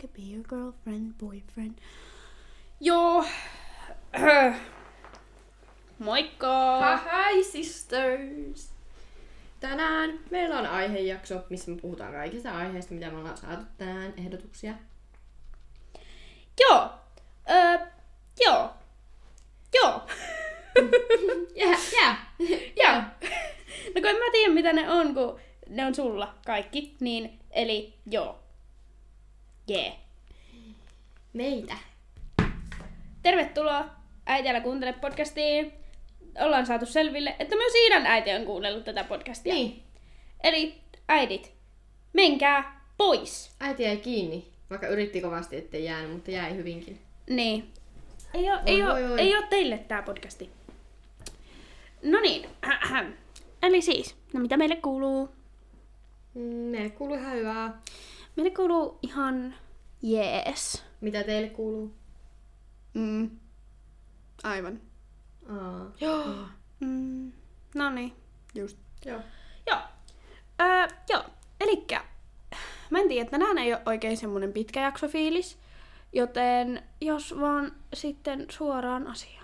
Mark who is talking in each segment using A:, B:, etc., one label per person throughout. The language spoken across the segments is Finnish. A: could be your girlfriend, boyfriend.
B: Joo. Moikka!
C: Hi sisters! Tänään meillä on aihejakso, missä me puhutaan kaikista aiheista, mitä me ollaan saatu tänään, ehdotuksia.
B: Joo. Öö, joo. Joo. No
C: Yeah, yeah.
B: Joo. No kun en mä tiedä mitä ne on, kun ne on sulla kaikki, niin eli joo. Jee. Yeah.
C: Meitä.
B: Tervetuloa Äitiälä kuuntele podcastiin. Ollaan saatu selville, että myös Iidan äiti on kuunnellut tätä podcastia.
C: Niin,
B: Eli äidit, menkää pois.
C: äiti jäi kiinni, vaikka yritti kovasti, ettei jäänyt, mutta jäi hyvinkin.
B: Niin. Ei oo, ei,
C: Oi,
B: oo,
C: oi, oi.
B: ei oo teille tää podcasti. No niin. ahem. Eli siis, no mitä meille kuuluu?
C: Mm, Meille kuuluu ihan hyvää.
B: Meille kuuluu ihan jees.
C: Mitä teille kuuluu?
B: Mm. Aivan.
C: Aa.
B: Joo. Mm. No niin.
A: Just.
C: Joo.
B: Joo. Öö, joo. Elikkä, mä en tiedä, että tänään ei ole oikein semmonen pitkä jaksofiilis, joten jos vaan sitten suoraan asiaan.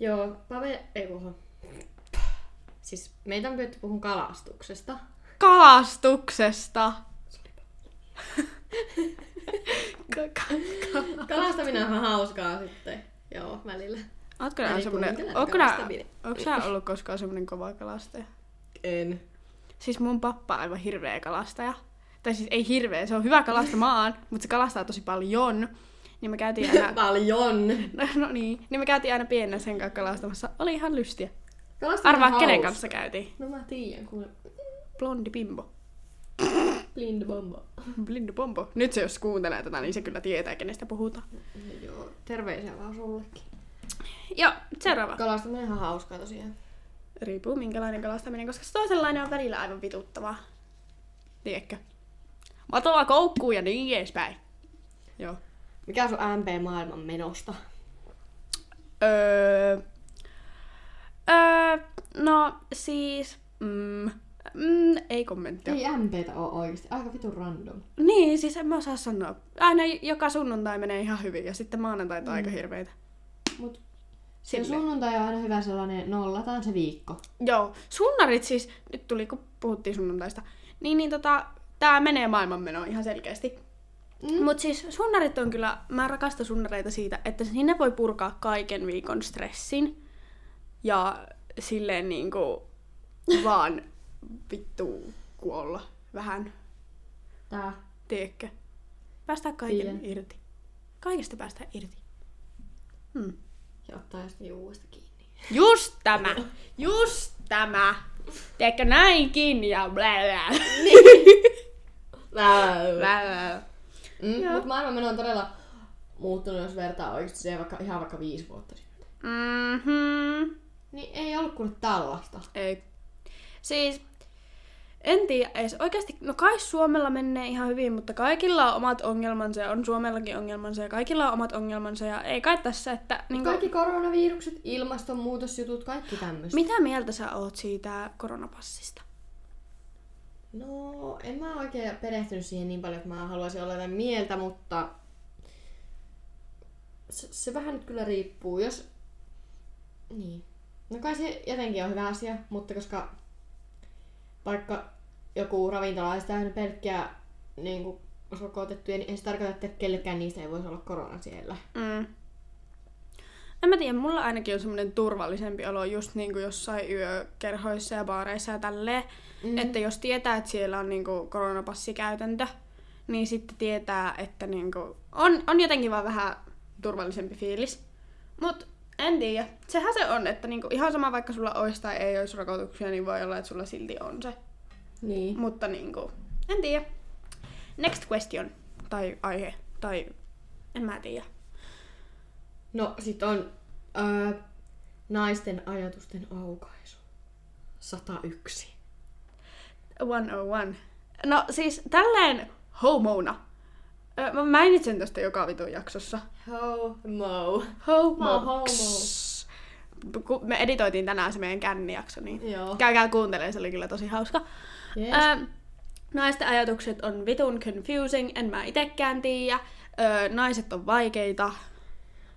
C: Joo, Pave, ei puhu. Siis meitä on pyydetty puhun kalastuksesta.
A: Kalastuksesta.
C: Kalastaminen on ihan hauskaa sitten. Joo, välillä.
A: Ootko nää
C: Eli
A: semmonen...
C: kuuntelen
A: Ootko nää...
C: kalastaminen.
A: Ootko sä ollut koskaan semmonen kova kalastaja?
C: En.
A: Siis mun pappa on aivan hirveä kalastaja. Tai siis ei hirveä, se on hyvä kalastamaan, mutta se kalastaa tosi paljon. Niin me käytiin aina...
C: Paljon.
A: No, no niin, niin me käytiin aina pienenä sen kanssa kalastamassa. Oli ihan lystiä.
C: Kalastaminen
A: Arvaa,
C: on
A: kenen
C: hauska.
A: kanssa käytiin.
C: No mä tiedän, kuule.
A: Blondi Bimbo.
C: Blind bombo.
A: Blindu Bombo. Nyt se jos kuuntelee tätä, niin se kyllä tietää, kenestä puhutaan.
C: No joo, terveisiä vaan sullekin.
B: Joo, seuraava.
C: Kalastaminen on ihan hauskaa tosiaan.
A: Riippuu minkälainen kalastaminen, koska se toisenlainen on välillä aivan vituttavaa. Tiedätkö? Matoa koukkuun ja niin edespäin. Joo.
C: Mikä on sun MP-maailman menosta?
A: Öö, öö, no siis... Mm, mm, ei kommenttia.
C: Ei MPtä oo oikeesti, aika vitun random.
A: Niin, siis en mä osaa sanoa. Aina joka sunnuntai menee ihan hyvin ja sitten maanantaita on aika hirveitä.
C: Mut
A: Sille.
C: Mm. se sunnuntai on aina hyvä sellainen, nollataan se viikko.
A: Joo, sunnarit siis, nyt tuli kun puhuttiin sunnuntaista, niin, niin tota, tää menee maailmanmenoon ihan selkeästi. Mm. Mut siis sunnarit on kyllä, mä rakastan sunnareita siitä, että sinne voi purkaa kaiken viikon stressin ja silleen niinku vaan vittu kuolla vähän,
C: Tää.
A: tiedätkö? Päästään kaiken
C: Tiedän.
A: irti. Kaikesta päästään irti. Hmm.
C: Ja ottaa jostain juuesta kiinni.
B: Just tämä. Just tämä. Teekö näinkin ja blä, blä.
C: Väy.
B: blä, blä.
C: Mm, mut maailman meno on todella muuttunut, jos vertaa oikeesti siihen vaikka, ihan vaikka viisi vuotta sitten.
B: Mhm.
C: Niin ei ollut kuule tällaista.
A: Ei. Siis, en tiedä edes. Oikeasti, no kai Suomella menee ihan hyvin, mutta kaikilla on omat ongelmansa ja on Suomellakin ongelmansa ja kaikilla on omat ongelmansa ja ei kai tässä, että niin
C: Kaikki koronavirukset, ilmastonmuutosjutut, kaikki tämmöistä.
A: mitä mieltä sä oot siitä koronapassista?
C: No, en mä oikein perehtynyt siihen niin paljon, että mä haluaisin olla jotain mieltä, mutta se, se vähän nyt kyllä riippuu, jos... Niin. No kai se jotenkin on hyvä asia, mutta koska vaikka joku ravintola olisi täynnä pelkkiä niin kuin rokotettuja, niin ei se tarkoita, että kellekään niistä ei voisi olla korona siellä.
A: Mm. En mä tiedä, mulla ainakin on semmoinen turvallisempi olo just niin kuin jossain yökerhoissa ja baareissa ja tälleen. Mm. Että jos tietää, että siellä on niin kuin koronapassikäytäntö, niin sitten tietää, että niin kuin on, on jotenkin vaan vähän turvallisempi fiilis. Mut en tiedä. Sehän se on, että niin kuin ihan sama vaikka sulla olisi tai ei olisi rokotuksia, niin voi olla, että sulla silti on se.
C: Niin.
A: Mutta niin kuin, en tiedä. Next question. Tai aihe. Tai en mä tiedä.
C: No, sit on öö, naisten ajatusten aukaisu. 101.
A: 101. No siis tälleen homona. Ö, Mä mainitsen tästä joka vitun jaksossa.
C: Homo. Mä oon homo.
A: Homoks. Ku- Me editoitiin tänään se meidän kännijakso, niin
C: Joo.
A: käykää kuuntelemaan, se oli kyllä tosi hauska.
C: Yes.
A: Ö, Naisten ajatukset on vitun confusing, en mä itekään tiedä. Öö, naiset on vaikeita.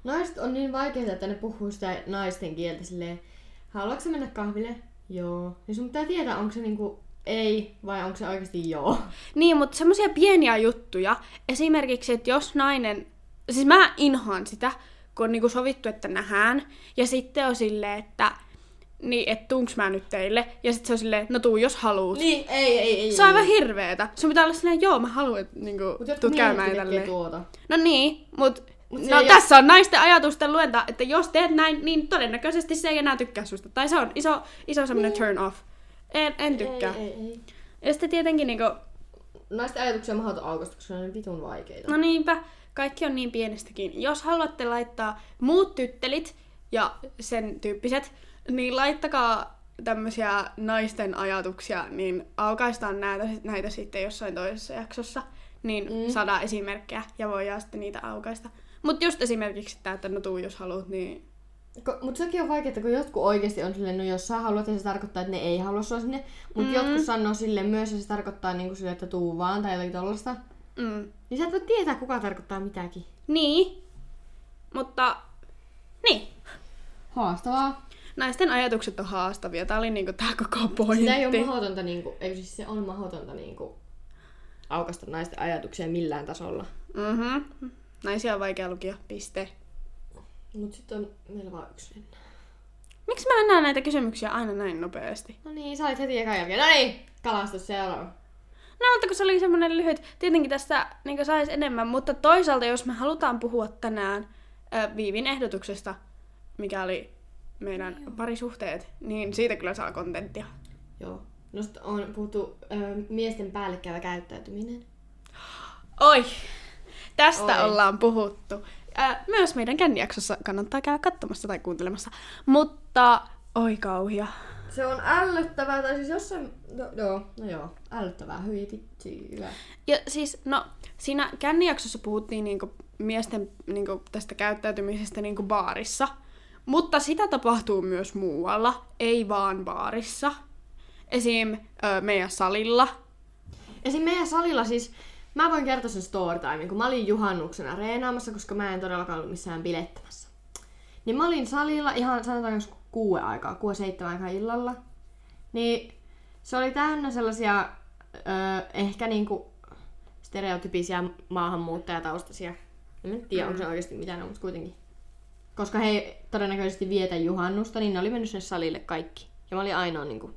C: Naiset on niin vaikeita, että ne puhuu sitä naisten kieltä silleen, haluatko sä mennä kahville? Joo. Niin sun pitää tietää, onko se niinku ei vai onko se oikeasti joo.
A: Niin, mutta semmoisia pieniä juttuja. Esimerkiksi, että jos nainen... Siis mä inhoan sitä, kun on niinku sovittu, että nähään. Ja sitten on silleen, että... Niin, että tunks mä nyt teille? Ja sitten se on silleen, no tuu jos haluut.
C: Niin, ei, ei, ei.
A: Se on aivan hirveetä. Sun pitää olla silleen, joo mä haluan, että niinku,
C: Mm. Mut jotkut
A: tuut käymään
C: miehet tekee
A: tälleen.
C: tuota.
A: No niin, mut...
C: Mut se
A: no
C: ei-
A: tässä on naisten ajatusten luenta, että jos teet näin, niin todennäköisesti se ei enää tykkää susta. Tai se on iso, iso semmoinen turn off. En, en tykkää.
C: Niin. Ei, ei, ei.
A: Ja sitten tietenkin niinku,
C: Naisten ajatuksia on mahdoton aukaista, koska ne on niin vitun vaikeita.
A: no niinpä, kaikki on niin pienestäkin. Jos haluatte laittaa muut tyttelit ja sen tyyppiset, niin laittakaa tämmöisiä naisten ajatuksia, niin aukaistaan näitä, näitä sitten jossain toisessa jaksossa, niin
C: Mm.
A: mm. saadaan esimerkkejä ja voidaan sitten niitä aukaista. Mutta just esimerkiksi tämä, että no tuu jos haluat, niin
C: Ko, mutta sekin on vaikeaa, kun jotkut oikeasti on silleen, no jos sä haluat, niin se tarkoittaa, että ne ei halua sua sinne. Mutta mm. jotkut sanoo sille myös, ja se tarkoittaa niinku sille, että tuu vaan tai jotakin tollaista.
A: mm.
C: Niin sä et voi tietää, kuka tarkoittaa mitäkin.
A: Niin, mutta niin.
C: Haastavaa.
A: Naisten ajatukset on haastavia. Tämä oli niinku tää koko pointti.
C: Sitä ei ole mahdotonta, niinku, ei siis se on mahdotonta niinku, aukasta naisten ajatuksia millään tasolla.
A: Mhm. Naisia on vaikea lukea, piste.
C: Mut sitten on meillä vaan yksi mennä.
A: Miksi mä näen näitä kysymyksiä aina näin nopeasti?
C: No niin, sä olit heti ekan jälkeen. No niin, kalastus seuraava.
A: No, mutta kun se oli semmoinen lyhyt, tietenkin tästä niin saisi enemmän, mutta toisaalta jos me halutaan puhua tänään ö, Viivin ehdotuksesta, mikä oli meidän parisuhteet, niin siitä kyllä saa kontenttia.
C: Joo. No sit on puhuttu ö, miesten päällekkävä käyttäytyminen.
A: Oi! Tästä
C: Oi.
A: Oi. ollaan puhuttu. Ää, myös meidän kännijaksossa kannattaa käydä katsomassa tai kuuntelemassa. Mutta, oi kauhia.
C: Se on ällöttävää, tai siis jossain... No, joo, no joo. Ällöttävää, hyvin vitsi, hyvä.
A: Ja siis, no, siinä kännijaksossa puhuttiin niinku miesten niinku tästä käyttäytymisestä niinku baarissa. Mutta sitä tapahtuu myös muualla, ei vaan baarissa. Esim. Ö, meidän salilla.
C: Esim. meidän salilla siis... Mä voin kertoa sen story time, kun mä olin juhannuksena reenaamassa, koska mä en todellakaan ollut missään bilettämässä. Niin mä olin salilla ihan sanotaan jos kuue aikaa, kuue seitsemän aikaa illalla. Niin se oli täynnä sellaisia ö, ehkä niinku stereotypisiä maahanmuuttajataustaisia. En mä nyt tiedä, onko se oikeasti mitään, mutta kuitenkin. Koska he ei todennäköisesti vietä juhannusta, niin ne oli mennyt sinne salille kaikki. Ja mä olin ainoa niinku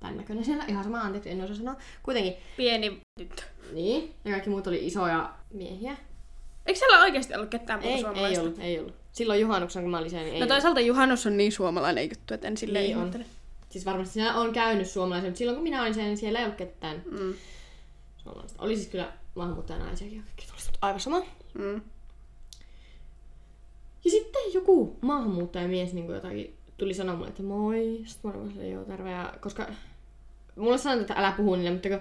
C: tämän näköinen siellä. Ihan sama, anteeksi, en osaa sanoa. Kuitenkin.
A: Pieni tyttö.
C: Niin. Ja kaikki muut oli isoja miehiä.
A: Eikö siellä oikeasti ollut ketään muuta
C: Ei, ei
A: suomalaista?
C: ollut, ei ollut. Silloin juhannuksena, kun mä olin siellä, niin ei
A: No
C: ollut.
A: toisaalta juhannus on niin suomalainen juttu, että en silleen
C: Niin on.
A: ihmettele.
C: Siis varmasti siellä on käynyt suomalaisia, mutta silloin kun minä olin siellä, niin siellä ei ollut ketään mm. suomalaista. Oli siis kyllä maahanmuuttajanaisiakin ja kaikki tuollaiset, mutta aivan sama.
A: Mm.
C: Ja sitten joku maahanmuuttajamies niin jotakin tuli sanoa mulle, että moi. Sitten mä olin vaan silleen, joo, terve. Ja koska mulle sanotaan, että älä puhu niille, mutta kun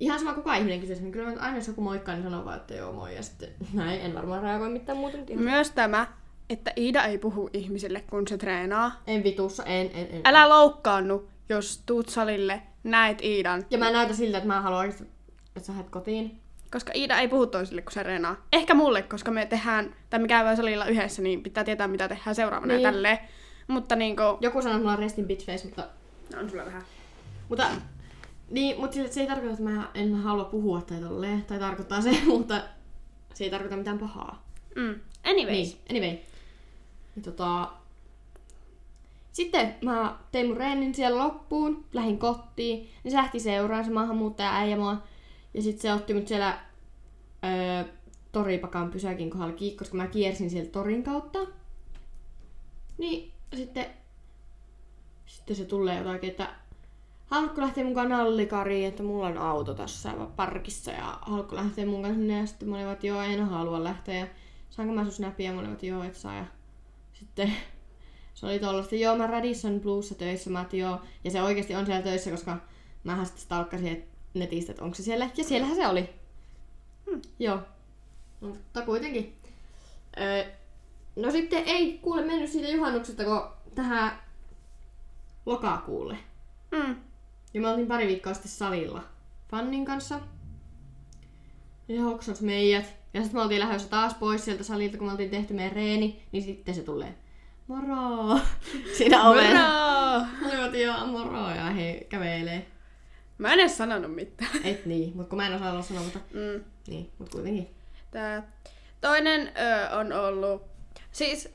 C: ihan sama kuka ihminen kyseessä, niin kyllä mä nyt aina jos joku moikkaa, niin sanon vaan, että joo, moi. Ja sitten näin, en varmaan reagoi mitään muuta, mutta ihan-
A: Myös tämä, että Iida ei puhu ihmisille, kun se treenaa.
C: en vitussa, en, en, en.
A: Älä loukkaannu, jos tuut salille, näet Iidan.
C: Ja mä näytän siltä, että mä haluan oikeasti, että sä lähdet kotiin.
A: Koska Iida ei puhu toisille, kun se treenaa. Ehkä mulle, koska me tehdään, tai me käydään salilla yhdessä, niin pitää tietää, mitä tehdään seuraavana
C: Niin.
A: ja tälleen. Mutta niinku...
C: Joku sanoi, että mulla on restin bitch face, mutta
A: No, On sulla vähän.
C: Mutta, niin, mutta se, se ei tarkoita, että mä en halua puhua tai tolleen, tai tarkoittaa se, mutta se ei tarkoita mitään pahaa.
A: Mm. Anyways.
C: Niin, anyway. Ja tota... Sitten mä tein mun reenin siellä loppuun, lähin kotiin, niin se lähti seuraan se maahanmuuttaja äijä mua. Ja sitten se otti mut siellä öö, toripakan pysäkin kohdalla kiinni, koska mä kiersin sieltä torin kautta. Niin sitten, sitten se tulee jotakin, että haluatko lähteä mukaan nallikariin, että mulla on auto tässä parkissa ja haluatko lähteä mukaan sinne ja sitten mä olin, vaan, että joo en halua lähteä ja saanko mä sun snapia ja mä olin, vaan, että joo et saa ja sitten se oli tollaista, joo mä Radisson Bluessa töissä, mä että joo ja se oikeasti on siellä töissä, koska mähän sitten stalkkasin et- netistä, että onko se siellä ja siellähän se oli. Hmm. Joo. No, mutta kuitenkin. Öö, no sitten ei kuule mennyt siitä juhannuksesta, kun tähän lokakuulle.
A: Mm.
C: Ja me oltiin pari viikkoa sitten salilla. Fannin kanssa. Ja se hoksas meidät. Ja sitten me oltiin lähdössä taas pois sieltä salilta, kun me oltiin tehty meidän reeni, niin sitten se tulee. Moro! Siinä ovella. Moro! Me oltiin jo moro ja he kävelee.
A: Mä en edes sanonut mitään.
C: Et niin, mutta kun mä en osaa olla sanoa, mutta
A: Mm.
C: niin, mutta kuitenkin.
A: Tää. Toinen ö, on ollut... Siis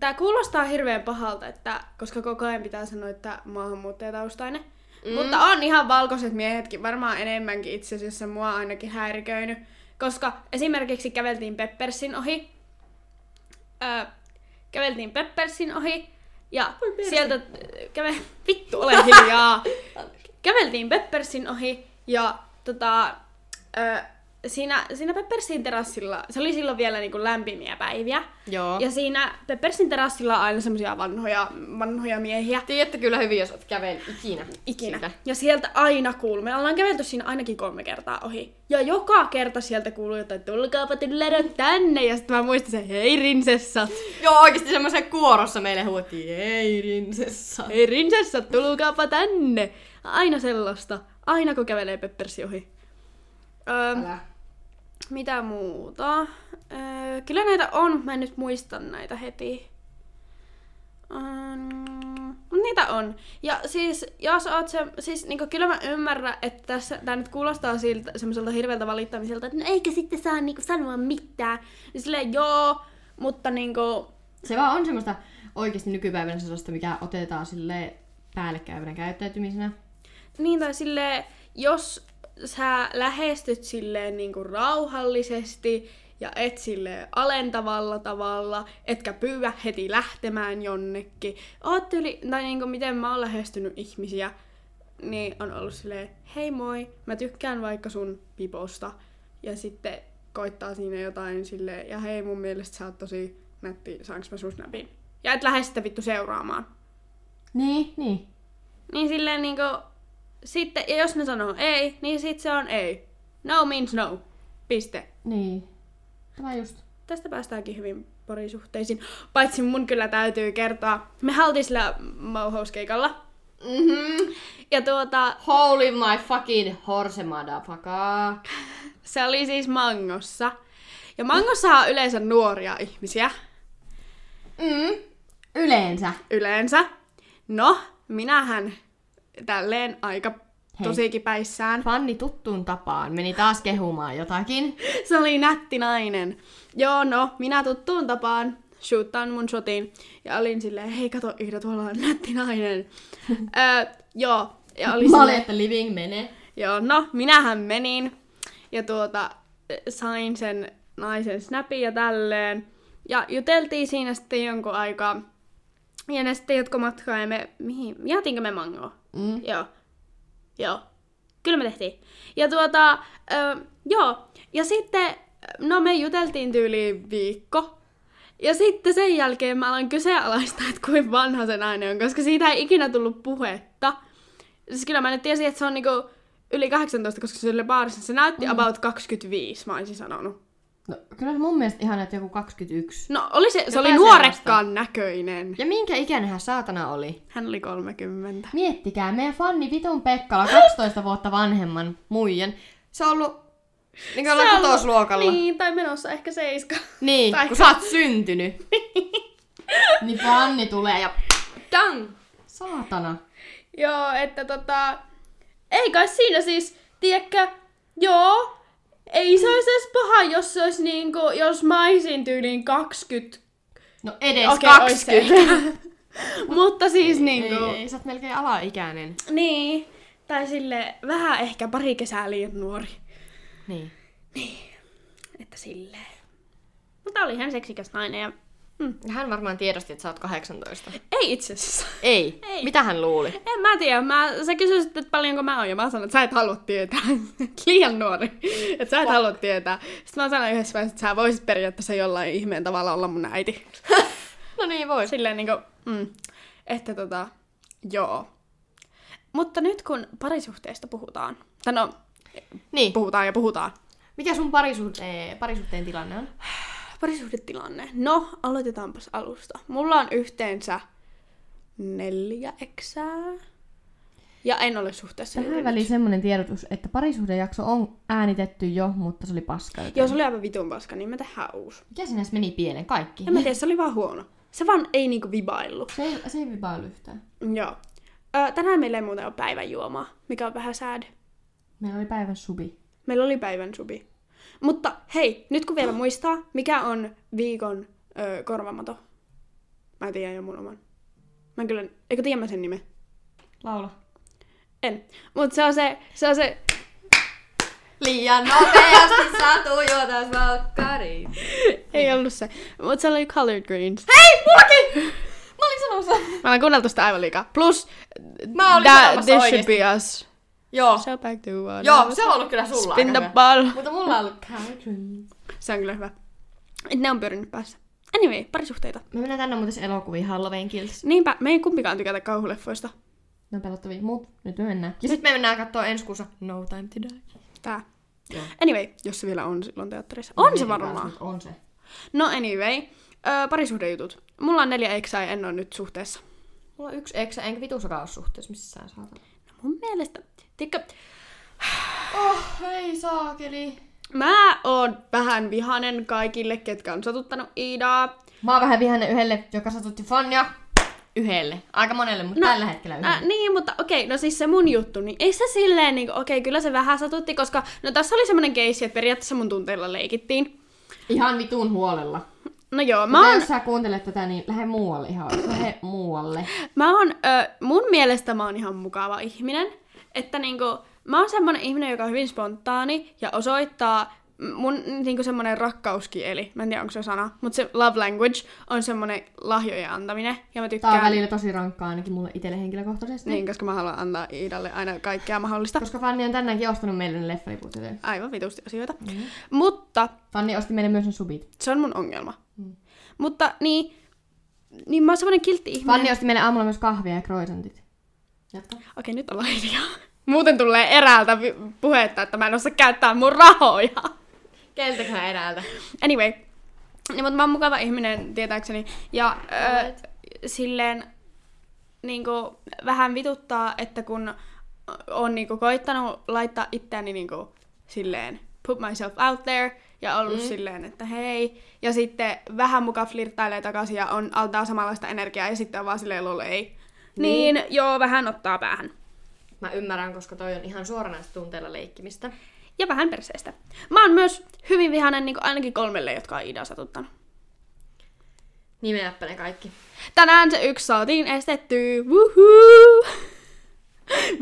A: tämä kuulostaa hirveän pahalta, että, koska koko ajan pitää sanoa, että maahanmuuttajataustainen. Mm. Mutta on ihan valkoiset miehetkin, varmaan enemmänkin itse asiassa mua ainakin häiriköinyt. Koska esimerkiksi käveltiin Peppersin ohi. Ö, käveltiin Peppersin ohi. Ja sieltä käve... Vittu, ole hiljaa! käveltiin Peppersin ohi ja tota, ö, siinä, siinä Peppersin terassilla, se oli silloin vielä niinku lämpimiä päiviä.
C: Joo.
A: Ja siinä Peppersin terassilla on aina semmoisia vanhoja, vanhoja miehiä.
C: tiedätte kyllä hyvin, jos oot kävellyt ikinä.
A: Ikinä.
C: Siitä.
A: Ja sieltä aina kuuluu. Me ollaan kävelty siinä ainakin kolme kertaa ohi. Ja joka kerta sieltä kuuluu jotain, tulkaapa tylleröt tänne. Ja sitten mä muistin sen, hei rinsessat,
C: Joo, oikeesti semmoisen kuorossa meille huutiin, ei rinsessa.
A: hei rinsessat, tulkaapa tänne. Aina sellaista. Aina kun kävelee Peppersi ohi. Öm,
C: Älä.
A: Mitä muuta? Öö, kyllä näitä on, mutta mä en nyt muista näitä heti. Mm, niitä on. Ja siis, jos oot se, siis niinku, kyllä mä ymmärrän, että tässä, tää nyt kuulostaa siltä, semmoiselta hirveältä valittamiselta, että no eikä sitten saa niinku, sanoa mitään. Niin silleen joo, mutta niinku,
C: Se vaan on semmoista oikeasti nykypäivänä sellaista, mikä otetaan sille päällekkäivänä käyttäytymisenä.
A: Niin tai silleen, jos sä lähestyt silleen niinku rauhallisesti ja et silleen alentavalla tavalla, etkä pyydä heti lähtemään jonnekin. Oot yli, tai niinku miten mä oon lähestynyt ihmisiä, niin on ollut silleen, hei moi, mä tykkään vaikka sun piposta. Ja sitten koittaa siinä jotain silleen, ja hei mun mielestä sä oot tosi nätti, saanko mä sun snapin? Ja et lähde sitä vittu seuraamaan.
C: Niin, niin.
A: Niin silleen niinku... Sitten, ja jos ne sanoo ei, niin sit se on ei. No means no. Piste.
C: Niin. Tämä just.
A: Tästä päästäänkin hyvin parisuhteisiin. Paitsi mun kyllä täytyy kertoa. Me haltiin sillä mauhauskeikalla.
C: Mm-hmm.
A: Ja tuota,
C: Holy my fucking horse motherfucker.
A: se oli siis Mangossa. Ja Mangossa on yleensä nuoria ihmisiä.
C: Mm. Yleensä.
A: Yleensä. No, minähän tälleen aika
C: Hei.
A: tosikin päissään.
C: Fanni tuttuun tapaan meni taas kehumaan jotakin.
A: Se oli nätti nainen. Joo, no, minä tuttuun tapaan shoottaan mun shotin. Ja olin silleen, hei kato Iida, tuolla on nätti nainen. öö, joo, ja oli
C: Mä olin,
A: silleen,
C: että living menee.
A: joo, no, minähän menin. Ja tuota, sain sen naisen snapin ja tälleen. Ja juteltiin siinä sitten jonkun aikaa. Ja ne sitten jatko matkaa ja me, mihin, jätiinkö me mangoa?
C: Mm.
A: Joo. Joo. Kyllä me tehtiin. Ja tuota, ö, joo. Ja sitten, no me juteltiin tyyliin viikko. Ja sitten sen jälkeen mä aloin kyseenalaistaa, että kuinka vanha se nainen on, koska siitä ei ikinä tullut puhetta. Siis kyllä mä nyt tiesin, että se on niinku yli 18, koska se oli baarissa. Se näytti mm. about 25, mä olisin sanonut.
C: No, kyllä se mun mielestä ihan, että joku 21.
A: No oli se, se oli
C: Jotain
A: nuorekkaan näköinen.
C: Ja minkä ikäinen hän saatana oli?
A: Hän oli 30.
C: Miettikää, meidän fanni vitun Pekkala 12 vuotta vanhemman muijan. Se on ollut niin kuin ollaan kutosluokalla. Niin,
A: Niin, tai menossa ehkä seiska.
C: niin
A: tai-
C: kun sä oot syntynyt. niin fanni tulee ja... Dang! Saatana.
A: Joo, että tota... Ei kai siinä siis, tiedäkö, joo, ei se olisi edes paha, jos se olisi niinku, jos mä olisin tyyliin 20.
C: No edes
A: Okei,
C: okay,
A: ois se
C: 20.
A: Mutta siis niinku...
C: Ei, ei, sä oot melkein alaikäinen.
A: Niin, tai sille vähän ehkä pari kesää liian nuori.
C: Niin.
A: Että silleen. Mutta oli hän seksikäs nainen ja...
C: Hän varmaan tiedosti, että sä oot 18.
A: Ei itse asiassa.
C: Ei.
A: Ei.
C: Mitä hän luuli?
A: En mä tiedä, mä, sä kysyisit, että paljonko mä oon, ja mä sanoin, että sä et halua tietää. Liian nuori, että sä et halua tietää. Sitten mä sanoin yhdessä vaiheessa, että sä voisit periaatteessa jollain ihmeen tavalla olla mun äiti.
C: No niin, voi.
A: Silleen niinku, mm, että tota, joo. Mutta nyt kun parisuhteista puhutaan, tai no,
C: Niin.
A: puhutaan ja puhutaan.
C: Mikä sun parisuhteen, parisuhteen tilanne on?
A: Parisuhdetilanne. No, aloitetaanpas alusta. Mulla on yhteensä neljä eksää. Ja en ole suhteessa
C: Tähän
A: juuri
C: väliin
A: nyt.
C: semmonen tiedotus, että parisuhdejakso on äänitetty jo, mutta se oli paska. joten-
A: Joo, se oli aivan vitun paska, niin me tehdään uusi.
C: Mikä sinä meni pienen? Kaikki.
A: En mä tiedä, se oli vaan huono. Se vaan ei niinku vibaillu.
C: Se ei, se ei vibailu yhtään.
A: Joo. Ö, tänään meillä ei muuten ole päivän juomaa, mikä on vähän sad.
C: Meillä oli päivän subi.
A: Meillä oli päivän subi. Mutta hei, nyt kun vielä muistaa, mikä on viikon ö, korvamato? Mä tiedän jo mun oman. Mä en kyllä, eikö tiedä mä sen nimen?
C: Laula.
A: En. Mut se on se, se on se,
D: Liian nopeasti satu juotas valkkariin.
A: ei ollut se. Mut se oli Colored Greens.
D: Hei, mullakin! Mä olin sanomassa.
A: Mä olen kuunneltu sitä aivan liikaa. Plus,
D: Mä olin
A: that,
D: sanomassa
A: this should
D: oikeesti.
A: be us.
D: Joo,
A: So back to one.
D: joo, se on ollut kyllä sulla
A: Spin
D: aika
A: the
D: hyvä.
A: ball.
C: Mutta mulla on ollut Calgary.
A: Se on kyllä hyvä. Et ne on pyörinyt päässä. Anyway, parisuhteita.
C: Me mennään tänne muuten elokuviin Halloween Kills.
A: Niinpä, me ei kumpikaan tykätä kauhuleffoista.
C: Ne on pelottavia, mut nyt me mennään.
D: Ja sit me mennään katsoa ensi kuussa No Time to Die.
A: Tää.
C: Joo.
A: Anyway, jos se vielä on silloin teatterissa. On se varmaan.
C: On se.
A: No anyway, öö, parisuhdejutut. Mulla on neljä eksää ja en ole nyt suhteessa.
C: Mulla on yksi eksä, enkä vitusakaan ole suhteessa missään saatana.
A: Mun mielestä. Tiedätkö,
C: Oh, hei saakeli.
A: mä oon vähän vihanen kaikille, ketkä on satuttanut Iidaa.
C: Mä oon vähän vihainen yhdelle, joka satutti fania. Yhdelle. Aika monelle,
D: No.
C: mutta tällä hetkellä yhdelle.
A: Äh, niin, mutta okei, no siis se mun juttu, niin ei se silleen, niin okei, kyllä se vähän satutti, koska no tässä oli semmoinen keissi, että periaatteessa mun tunteilla leikittiin.
C: Ihan vitun huolella.
A: No joo,
C: Mä
A: mä
C: oon...
A: oon,
C: Jos sä kuuntelet tätä, niin lähde muualle ihan. Lähde muualle.
A: mä oon ö, mun mielestä mä oon ihan mukava ihminen, että niinku, mä oon semmonen ihminen, joka on hyvin spontaani ja osoittaa m- mun niinku semmonen rakkauskieli, mä en tiedä onko se sana, mutta se love language on semmonen lahjojen antaminen ja mä
C: Tää on
A: tykkään,
C: välillä tosi rankkaa ainakin mulle itselle henkilökohtaisesti.
A: niin, koska mä haluan antaa Iidalle aina kaikkea mahdollista.
C: Koska Fanni on tänäänkin ostanut meille ne leffariput, joten
A: Aivan vitusti asioita.
C: Niin.
A: Mm-hmm. Mutta
C: Fanni osti meille myös ne
D: Mm.
C: subit.
A: Se on mun ongelma. Mutta niin, niin mä oon semmonen kiltti ihminen.
C: Fanni osti meille aamulla myös kahvia ja croissantit. Jatka.
A: Okei, nyt ollaan hiljaa. Muuten tulee eräältä vi- puhetta, että mä en osaa käyttää mun rahoja.
D: Keltäkään eräältä.
A: Anyway. Niin, mutta mä oon mukava ihminen, tietääkseni. Ja öö,
D: Olet.
A: silleen niinku, vähän vituttaa, että kun on niinku, koittanut laittaa itseäni niinku, silleen put myself out there ja ollut mm. silleen, että hei. Ja sitten vähän muka flirttailee takaisin ja on, altaa samanlaista energiaa ja sitten on vaan silleen lol ei. Niin. niin joo, vähän ottaa päähän.
D: Mä ymmärrän, koska toi on ihan suoranaista tunteella leikkimistä.
A: Ja vähän perseestä. Mä oon myös hyvin vihainen niinku, ainakin kolmelle, jotka on Ida satuttanut.
D: Nimeäppä ne kaikki.
A: Tänään se yksi saatiin estettyä. Woohoo!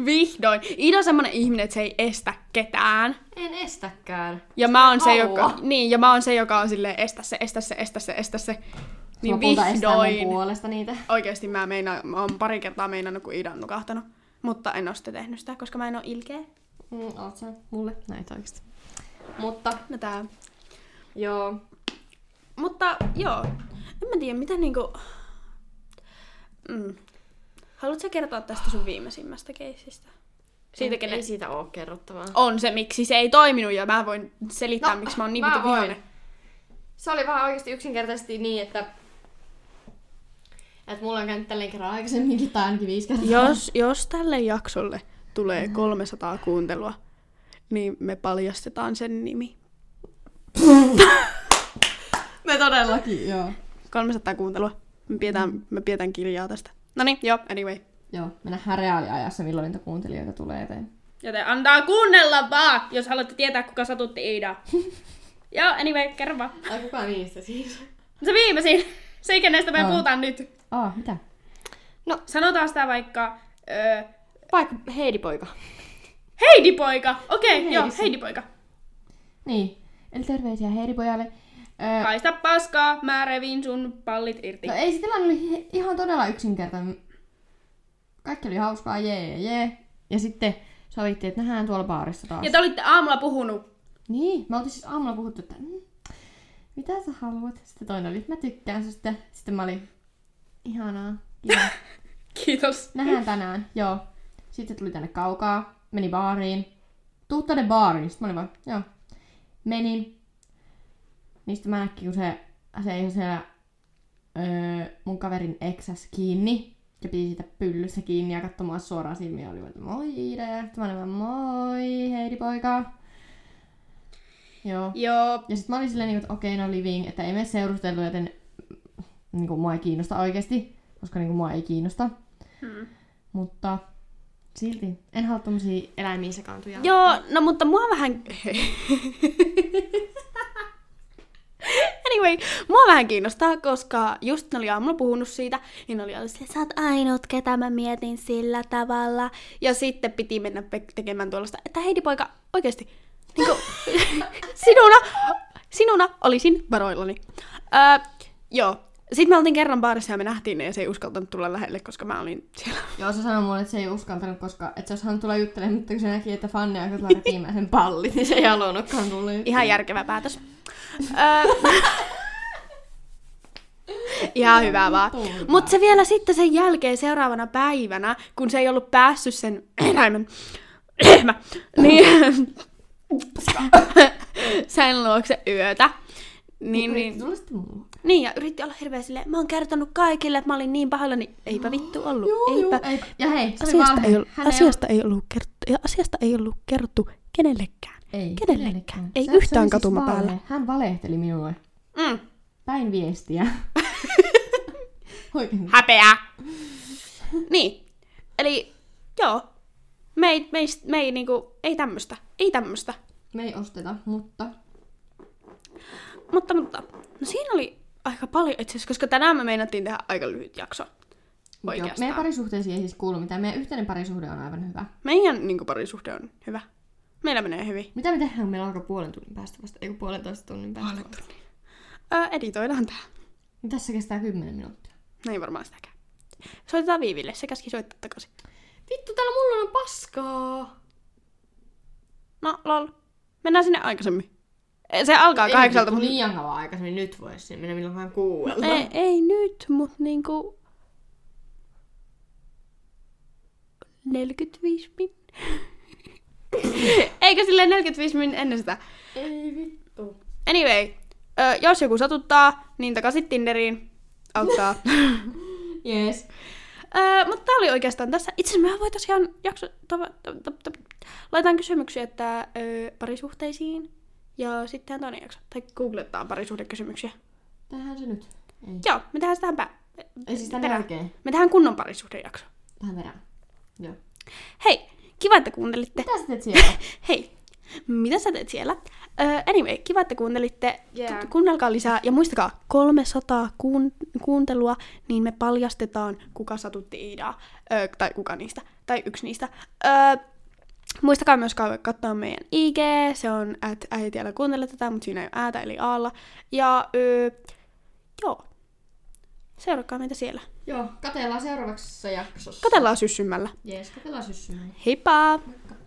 A: Vihdoin. Iida on semmonen ihminen, että se ei estä ketään.
D: En estäkään.
A: Ja mä oon se,
D: Halua.
A: joka, niin, ja mä oon se, joka on silleen estä se, estä se, estä se, estä se. Niin
C: Lopulta estää mun
A: vihdoin.
C: puolesta niitä.
A: Oikeesti mä, meina, mä oon pari kertaa meinannut, kun Iida on nukahtanut. Mutta en oo sitten tehnyt sitä, koska mä en oo ilkeä.
C: Mm, oot sä mulle? Näitä oikeesti. Mutta
A: No tää.
D: Joo.
A: Mutta joo. En mä tiedä, mitä niinku... Mm. Haluatko sä kertoa tästä sun viimeisimmästä keisistä? Siitä,
D: Ei-
A: kenen
C: e- siis
D: Ei siitä oo kerrottavaa.
A: on se, miksi se ei toiminut, ja mä voin selittää, no,
D: No,
A: miksi mä oon niin
D: mä
A: vitu
D: voin.
A: vihainen.
D: Se oli vaan oikeasti yksinkertaisesti niin, että
C: et mulla on käynyt tälleen kerran aikaisemminkin, tai ainakin viisi kertaa.
A: Jos, jos tälle jaksolle tulee 300 kuuntelua, niin me paljastetaan sen nimi.
C: Me todellakin, joo.
A: 300 kuuntelua. Me pidetään, me pidetään kirjaa tästä. No niin, joo, anyway.
C: Joo, me nähdään reaaliajassa, milloin niitä kuuntelijoita tulee eteen.
A: Joten antaa kuunnella vaan, jos haluatte tietää, kuka satutti Iida. joo, anyway, kerro vaan.
C: Ai kuka niistä siis?
A: Se viimeisin. Se, kenestä me
C: Joo.
A: puhutaan nyt.
C: Aa, mitä?
A: Sanotaan sitä vaikka... Öö,
D: vaikka Heidi-poika.
A: Heidi-poika! Okei, okay, joo, Heidi-poika.
C: Niin, eli terveisiä Heiripojalle. Öö,
A: Haista paskaa, mä revin sun pallit irti.
C: No ei, se tilanne oli hi- ihan todella yksinkertainen. Kaikki oli hauskaa, jee, jee, jee. Ja sitten sovittiin, että nähdään tuolla baarissa taas.
A: Ja te olitte aamulla puhunut.
C: Niin, me oltiin siis aamulla puhuttu, että mm, mitä sä haluat? Sitten toinen oli, mä tykkään susta. Sitten mä olin, ihanaa, kiva.
A: Kiitos.
C: nähdään tänään, joo. Sitten tuli tänne kaukaa, meni baariin. Tuu tänne baariin. Sitten mä olin vaan, joo. Menin. Niin sitten mä näkin, kun se, se ei ole siellä öö, mun kaverin eksäs kiinni. ja piti siitä pyllyssä kiinni ja katsomaan suoraan silmiä. Oli vaan, moi Ida ja sitten mä olin vaan, moi Heidi poika. Joo.
A: Joo,
C: Ja sitten mä olin silleen, niinku, että okei, no living, että ei me seurustelu, joten niinku, mua ei kiinnosta oikeasti, koska niinku, mua ei kiinnosta.
A: Hmm.
C: Mutta silti, en halua tommosia eläimiin sekaantuja.
A: Joo, no mutta mua vähän... anyway, mua vähän kiinnostaa, koska just ne oli aamulla puhunut siitä, niin ne oli ollut silleen, sä oot ainut, ketä mä mietin sillä tavalla. Ja sitten piti mennä pe- tekemään tuollaista, että Heidi poika, oikeesti, niin kuin, sinuna, sinuna olisin varoillani. Öö, joo, sitten me oltiin kerran baarissa ja me nähtiin ne ja se ei uskaltanut tulla lähelle, koska mä olin siellä.
C: Joo, se sanoi mulle, että se ei uskaltanut, koska että se olisi halunnut tulla juttelemaan, mutta kun se näki, että Fanni alkoi tulla repimään sen pallit, niin se ei halunnutkaan tulla juttelemaan.
A: Ihan järkevä päätös. Öö, Ihan hyvä vaan.
C: Tulkaa.
A: Mutta se vielä sitten sen jälkeen seuraavana päivänä, kun se ei ollut päässyt sen eläimen, eläimä, niin sen luokse yötä. Niin,
C: Yritti
A: niin,
C: tulla sitten mulle.
A: niin, ja yritti olla hirveä silleen, mä oon kertonut kaikille, että mä olin niin pahoillani. Eipä vittu ollut,
C: Joo,
A: eipä.
C: joo, ei. Ja hei, se oli
A: Asiasta
C: valhe.
A: ei, ollut,
C: Hän
A: asiasta, ei ollut kerttu, ja asiasta ei ollut kerttu kenellekään.
C: Ei,
A: kenellekään. Ei yhtään
C: oli siis
A: katuma
C: valhe.
A: päällä.
C: Hän valehteli minulle.
A: Mm,
C: Päin viestiä. Oikein.
A: häpeää. niin, eli joo, me ei, me ei, me ei, niinku, ei tämmöstä, ei tämmöstä.
C: Me ei osteta, mutta...
A: Mutta, mutta, no siinä oli aika paljon itse asiassa, koska tänään me meinattiin tehdä aika lyhyt jakso.
C: Joo,
A: Oikeastaan.
C: meidän parisuhteisiin ei siis kuulu mitään. Meidän yhteinen parisuhde on aivan hyvä.
A: Meidän niin parisuhde on hyvä. Meillä menee hyvin.
C: Mitä me tehdään, kun meillä alkaa puolen tunnin päästä vasta? Eikö puolentoista tunnin päästä? Puolen tunnin.
A: Öö, editoidaan tää.
C: Niin tässä kestää kymmenen minuuttia.
A: No ei varmaan sitäkään. Soitetaan Viiville, se käski soittaa takaisin.
D: Vittu, täällä mulla on paskaa.
A: No, lol. Mennään sinne aikaisemmin. Eh, Se alkaa kahdeksalta,
C: Ei
A: mutta...
C: nyt liian kauan aikaisemmin, Niin nyt voisi sinne mennä milloinkaan kuuella.
A: Ei, ei nyt, mutta niinku... 45 min. Eikö silleen 45 min ennen sitä?
C: Ei vittu.
A: Anyway, ö, jos joku satuttaa, niin takaisin Tinderiin. Auttaa.
C: Jees.
A: ö, mutta tää oli oikeastaan tässä. Itse asiassa mehän voitaisiin ihan jakso... Tava, ta, ta, ta, laitan kysymyksiä, että ö, parisuhteisiin. Ja sitten toinen jakso. Tai googletaan parisuhdekysymyksiä.
C: Tähän se nyt. Ei.
A: Joo, me tehdään sitä pä-
C: Ei siis tämän
A: perään.
C: jälkeen.
A: Me tehdään kunnon parisuhdejakso.
C: Tähän perään. Joo.
A: Hei, kiva, että kuuntelitte.
C: Mitä sä teet siellä?
A: Hei, mitä sä teet siellä? Öö, anyway, kiva, että kuuntelitte.
D: Yeah.
A: Yeah. Kuunnelkaa lisää. Ja muistakaa, 300 kuun- kuuntelua, niin me paljastetaan, kuka satutti Iidaa. Öö, tai kuka niistä. Tai yksi niistä. Öö, muistakaa myös ka- katsoa meidän IG. Se on, että äitiällä kuuntele tätä, mutta siinä ei ole äätä, eli aalla. Ja öö, joo, seuratkaa meitä siellä.
C: Joo, katellaan seuraavaksi jaksossa.
A: Katellaan syssymmällä.
C: Jees, katellaan syssymään.
A: Heippa!
C: Moikka.